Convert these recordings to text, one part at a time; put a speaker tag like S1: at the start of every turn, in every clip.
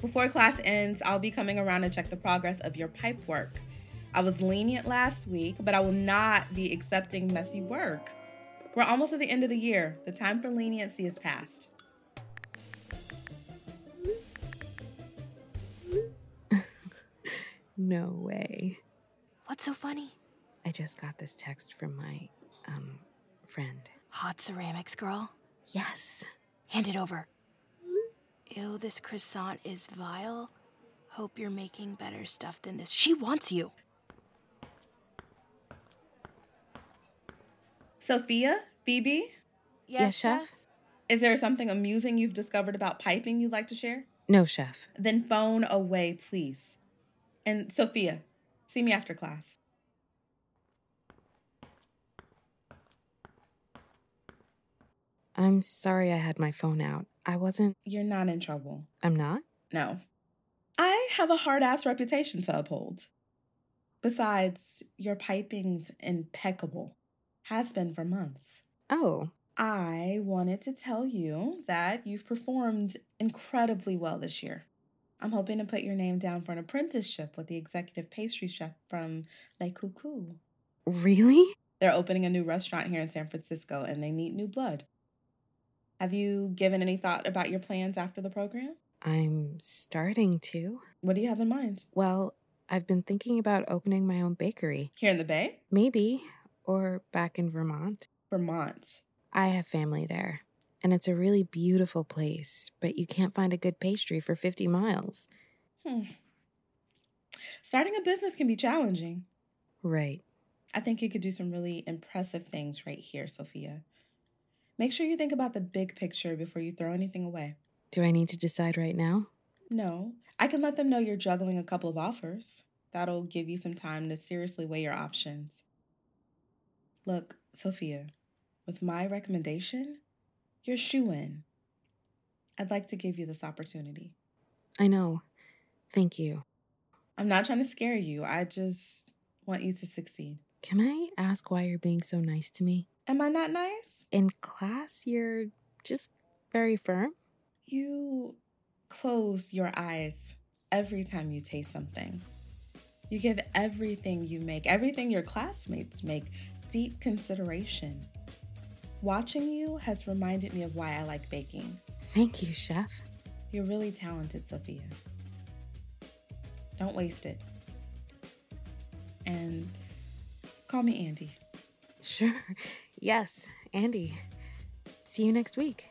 S1: Before class ends, I'll be coming around to check the progress of your pipe work. I was lenient last week, but I will not be accepting messy work. We're almost at the end of the year. The time for leniency is past.
S2: No way.
S3: What's so funny?
S2: I just got this text from my um friend.
S3: Hot ceramics, girl.
S2: Yes.
S3: Hand it over. Ew, this croissant is vile. Hope you're making better stuff than this. She wants you.
S1: Sophia? Phoebe?
S2: Yes, chef?
S1: Is there something amusing you've discovered about piping you'd like to share?
S2: No, chef.
S1: Then phone away, please. And Sophia, see me after class.
S2: I'm sorry I had my phone out. I wasn't.
S1: You're not in trouble.
S2: I'm not?
S1: No. I have a hard ass reputation to uphold. Besides, your piping's impeccable, has been for months.
S2: Oh,
S1: I wanted to tell you that you've performed incredibly well this year. I'm hoping to put your name down for an apprenticeship with the executive pastry chef from Le Coucou.
S2: really?
S1: They're opening a new restaurant here in San Francisco and they need new blood. Have you given any thought about your plans after the program?
S2: I'm starting to.
S1: What do you have in mind?
S2: Well, I've been thinking about opening my own bakery.
S1: Here in the Bay?
S2: Maybe, or back in Vermont.
S1: Vermont.
S2: I have family there, and it's a really beautiful place, but you can't find a good pastry for 50 miles.
S1: Hmm. Starting a business can be challenging.
S2: Right.
S1: I think you could do some really impressive things right here, Sophia. Make sure you think about the big picture before you throw anything away.
S2: Do I need to decide right now?
S1: No, I can let them know you're juggling a couple of offers. That'll give you some time to seriously weigh your options. Look, Sophia, with my recommendation, you're shoe in. I'd like to give you this opportunity.
S2: I know. Thank you.
S1: I'm not trying to scare you, I just want you to succeed.
S2: Can I ask why you're being so nice to me?
S1: Am I not nice?
S2: In class, you're just very firm.
S1: You close your eyes every time you taste something. You give everything you make, everything your classmates make, deep consideration. Watching you has reminded me of why I like baking.
S2: Thank you, chef.
S1: You're really talented, Sophia. Don't waste it. And call me Andy.
S2: Sure. Yes, Andy. See you next week.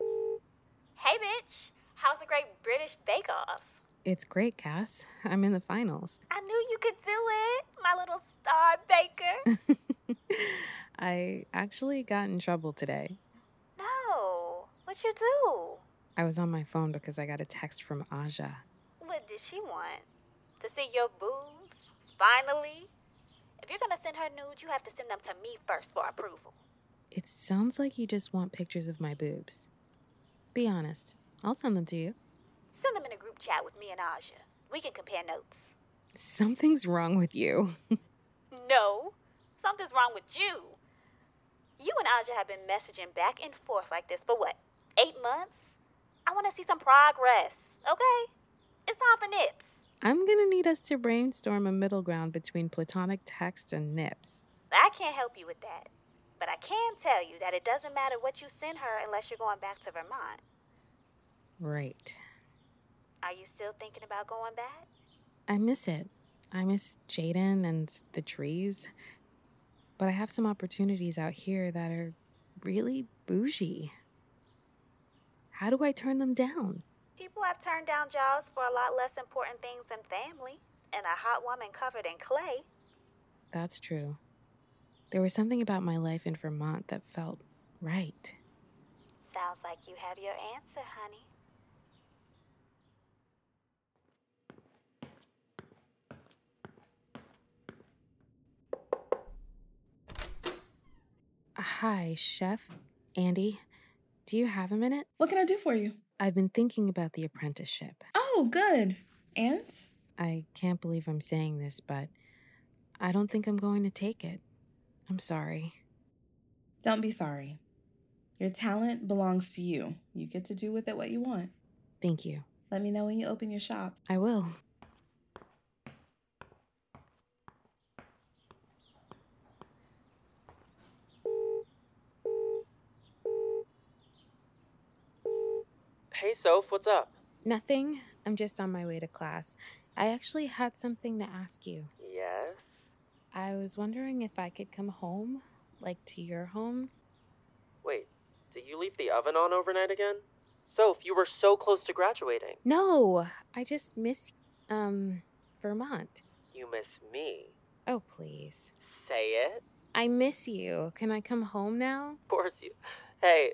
S4: Hey, bitch! How's the Great British Bake Off?
S2: It's great, Cass. I'm in the finals.
S4: I knew you could do it, my little star baker.
S2: I actually got in trouble today.
S4: no, what you do?
S2: I was on my phone because I got a text from Aja.
S4: What did she want? To see your boobs? Finally? If you're gonna send her nudes, you have to send them to me first for approval.
S2: It sounds like you just want pictures of my boobs. Be honest. I'll send them to you.
S4: Send them in a group chat with me and Aja. We can compare notes.
S2: Something's wrong with you.
S4: No, something's wrong with you. You and Aja have been messaging back and forth like this for what? Eight months? I wanna see some progress, okay? It's time for nips.
S2: I'm gonna need us to brainstorm a middle ground between platonic texts and nips.
S4: I can't help you with that. But I can tell you that it doesn't matter what you send her unless you're going back to Vermont.
S2: Right.
S4: Are you still thinking about going back?
S2: I miss it. I miss Jaden and the trees. But I have some opportunities out here that are really bougie. How do I turn them down?
S4: People have turned down jobs for a lot less important things than family and a hot woman covered in clay.
S2: That's true. There was something about my life in Vermont that felt right.
S4: Sounds like you have your answer, honey.
S2: Hi, Chef. Andy, do you have a minute?
S1: What can I do for you?
S2: I've been thinking about the apprenticeship.
S1: Oh, Oh, good. And?
S2: I can't believe I'm saying this, but I don't think I'm going to take it. I'm sorry.
S1: Don't be sorry. Your talent belongs to you. You get to do with it what you want.
S2: Thank you.
S1: Let me know when you open your shop.
S2: I will.
S5: Hey, Soph, what's up?
S2: Nothing. I'm just on my way to class. I actually had something to ask you.
S5: Yes?
S2: I was wondering if I could come home, like to your home.
S5: Wait, did you leave the oven on overnight again? Soph, you were so close to graduating.
S2: No, I just miss um Vermont.
S5: You miss me.
S2: Oh, please.
S5: Say it.
S2: I miss you. Can I come home now?
S5: Of course you. Hey,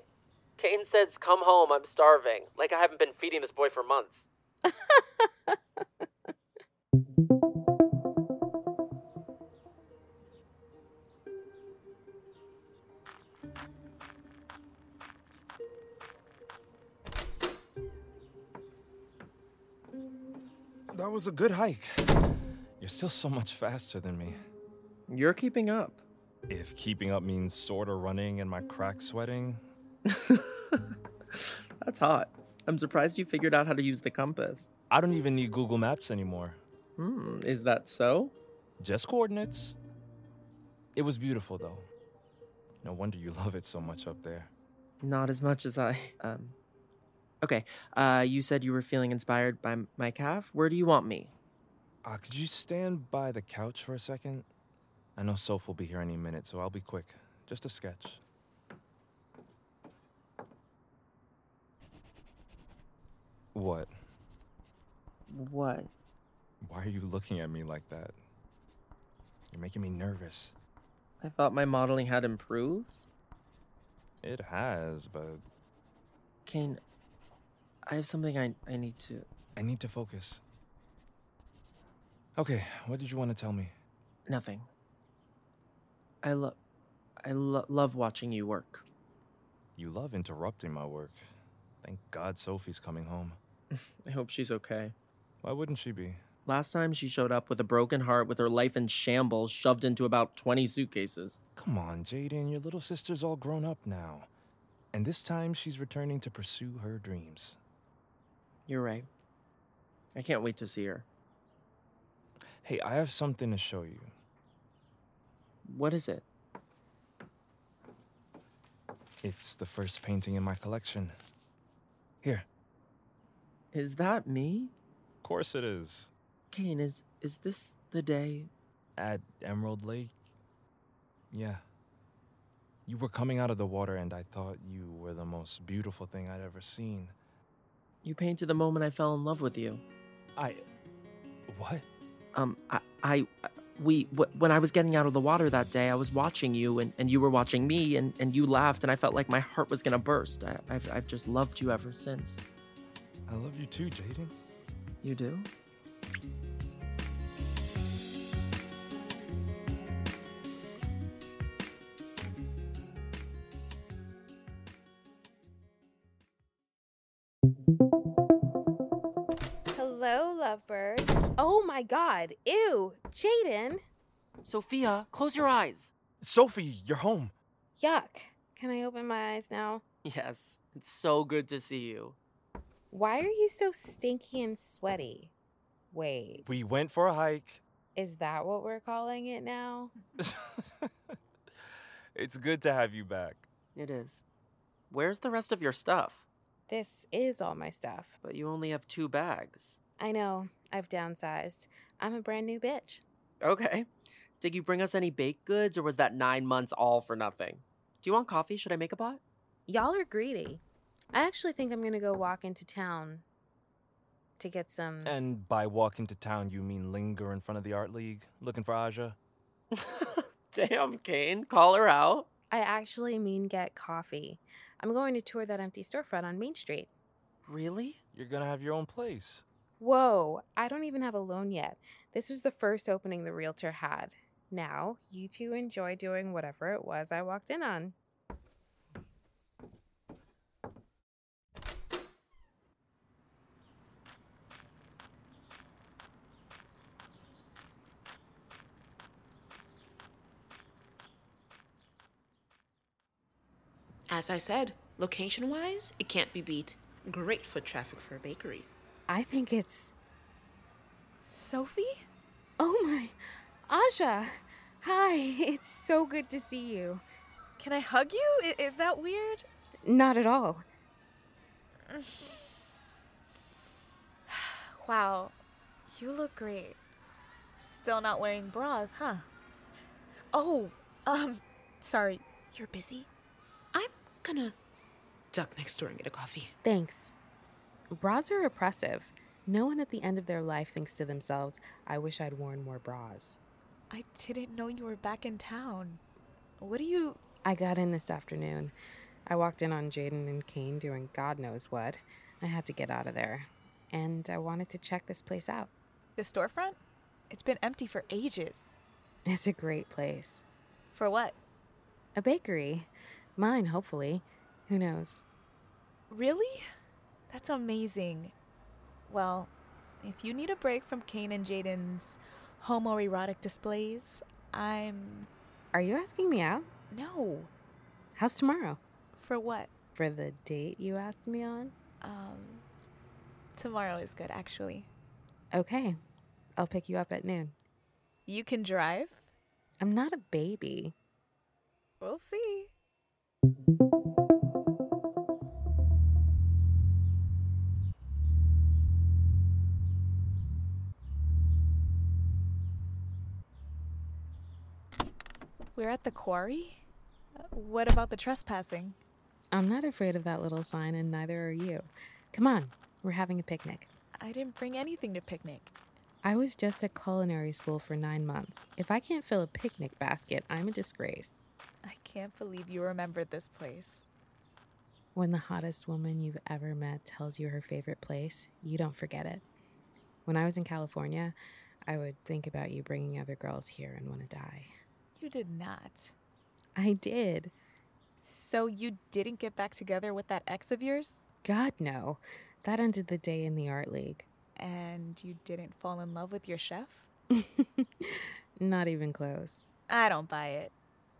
S5: Kane says, come home, I'm starving. Like I haven't been feeding this boy for months.
S6: That was a good hike. You're still so much faster than me.
S7: You're keeping up.
S6: If keeping up means sort of running and my crack sweating,
S7: That's hot. I'm surprised you figured out how to use the compass.
S6: I don't even need Google Maps anymore.
S7: Hmm, is that so?
S6: Just coordinates. It was beautiful, though. No wonder you love it so much up there.
S7: Not as much as I. Um. Okay. Uh, you said you were feeling inspired by m- my calf. Where do you want me?
S6: Uh, could you stand by the couch for a second? I know Soph will be here any minute, so I'll be quick. Just a sketch. What?
S7: What?
S6: Why are you looking at me like that? You're making me nervous.
S7: I thought my modeling had improved.
S6: It has, but
S7: Kane, I have something I I need to.
S6: I need to focus. Okay, what did you want to tell me?
S7: Nothing. I love, I lo- love watching you work.
S6: You love interrupting my work. Thank God Sophie's coming home.
S7: I hope she's okay.
S6: Why wouldn't she be?
S7: Last time she showed up with a broken heart with her life in shambles shoved into about 20 suitcases.
S6: Come on, Jaden, your little sister's all grown up now. And this time she's returning to pursue her dreams.
S7: You're right. I can't wait to see her.
S6: Hey, I have something to show you.
S7: What is it?
S6: It's the first painting in my collection. Here.
S7: Is that me?
S6: Of course it is.
S7: Kane, is is this the day?
S6: At Emerald Lake? Yeah. You were coming out of the water, and I thought you were the most beautiful thing I'd ever seen.
S7: You painted the moment I fell in love with you.
S6: I. What?
S7: Um I I we wh- when I was getting out of the water that day, I was watching you and, and you were watching me and, and you laughed and I felt like my heart was gonna burst. I, I've I've just loved you ever since.
S6: I love you too, Jaden.
S7: You do?
S2: Hello, lovebird. Oh my god. Ew. Jaden.
S7: Sophia, close your eyes.
S6: Sophie, you're home.
S2: Yuck. Can I open my eyes now?
S7: Yes, it's so good to see you.
S2: Why are you so stinky and sweaty? Wait,
S6: We went for a hike.
S2: is that what we're calling it now?
S6: it's good to have you back.
S7: It is. Where's the rest of your stuff?
S2: This is all my stuff.
S7: But you only have two bags.
S2: I know, I've downsized. I'm a brand new bitch.
S7: Okay. Did you bring us any baked goods or was that nine months all for nothing? Do you want coffee? Should I make a pot?
S2: Y'all are greedy. I actually think I'm gonna go walk into town to get some.
S6: And by walk into town, you mean linger in front of the Art League looking for Aja?
S7: Damn, Kane. Call her out.
S2: I actually mean get coffee. I'm going to tour that empty storefront on Main Street.
S7: Really?
S6: You're gonna have your own place.
S2: Whoa, I don't even have a loan yet. This was the first opening the realtor had. Now, you two enjoy doing whatever it was I walked in on.
S8: As I said, location wise, it can't be beat. Great foot traffic for a bakery.
S2: I think it's.
S3: Sophie?
S2: Oh my. Asha! Hi, it's so good to see you.
S3: Can I hug you? I- is that weird?
S2: Not at all.
S3: Wow, you look great. Still not wearing bras, huh? Oh, um, sorry. You're busy?
S8: I'm gonna duck next door and get a coffee.
S2: Thanks. Bras are oppressive. No one at the end of their life thinks to themselves, I wish I'd worn more bras.
S3: I didn't know you were back in town. What do you.
S2: I got in this afternoon. I walked in on Jaden and Kane doing God knows what. I had to get out of there. And I wanted to check this place out.
S3: The storefront? It's been empty for ages.
S2: It's a great place.
S3: For what?
S2: A bakery. Mine, hopefully. Who knows?
S3: Really? That's amazing. Well, if you need a break from Kane and Jaden's homoerotic displays, I'm.
S2: Are you asking me out?
S3: No.
S2: How's tomorrow?
S3: For what?
S2: For the date you asked me on?
S3: Um, tomorrow is good, actually.
S2: Okay. I'll pick you up at noon.
S3: You can drive?
S2: I'm not a baby.
S3: We'll see. We're at the quarry? Uh, What about the trespassing?
S2: I'm not afraid of that little sign, and neither are you. Come on, we're having a picnic.
S3: I didn't bring anything to picnic.
S2: I was just at culinary school for nine months. If I can't fill a picnic basket, I'm a disgrace.
S3: I can't believe you remembered this place.
S2: When the hottest woman you've ever met tells you her favorite place, you don't forget it. When I was in California, I would think about you bringing other girls here and want to die.
S3: You did not.
S2: I did.
S3: So you didn't get back together with that ex of yours?
S2: God, no. That ended the day in the art league.
S3: And you didn't fall in love with your chef?
S2: Not even close.
S3: I don't buy it.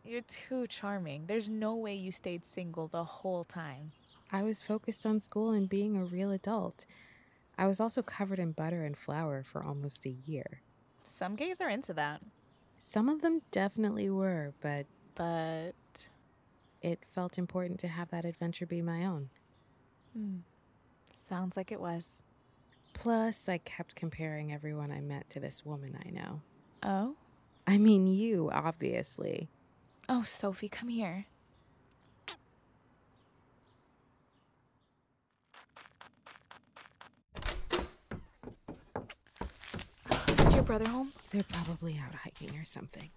S3: You're too charming. There's no way you stayed single the whole time.
S2: I was focused on school and being a real adult. I was also covered in butter and flour for almost a year.
S3: Some gays are into that.
S2: Some of them definitely were, but
S3: But.
S2: it felt important to have that adventure be my own.
S3: Hmm. Sounds like it was.
S2: Plus, I kept comparing everyone I met to this woman I know.
S3: Oh?
S2: I mean, you, obviously.
S3: Oh, Sophie, come here. Is your brother home?
S2: They're probably out hiking or something.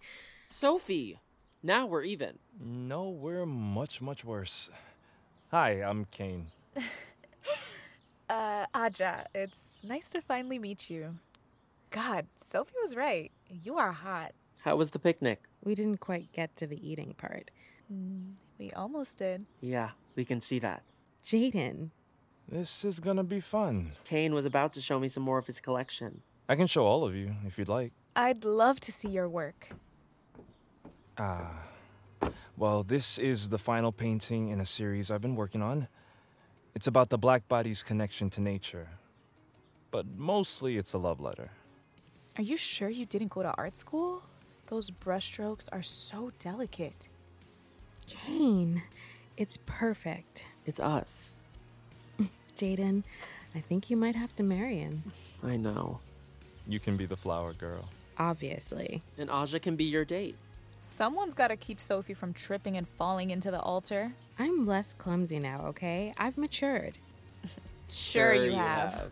S7: Sophie, now we're even.
S6: No, we're much, much worse. Hi, I'm Kane.
S3: Uh, Aja, it's nice to finally meet you. God, Sophie was right. You are hot.
S7: How was the picnic?
S2: We didn't quite get to the eating part.
S3: We almost did.
S7: Yeah, we can see that.
S2: Jaden,
S6: This is gonna be fun.
S7: Kane was about to show me some more of his collection.
S6: I can show all of you if you'd like.
S3: I'd love to see your work.
S6: Ah. Well, this is the final painting in a series I've been working on. It's about the black body's connection to nature. But mostly it's a love letter.
S3: Are you sure you didn't go to art school? Those brushstrokes are so delicate.
S2: Kane, it's perfect.
S7: It's us.
S2: Jaden, I think you might have to marry him.
S7: I know.
S6: You can be the flower girl.
S2: Obviously.
S7: And Aja can be your date.
S3: Someone's gotta keep Sophie from tripping and falling into the altar.
S2: I'm less clumsy now, okay? I've matured.
S3: Sure, you have.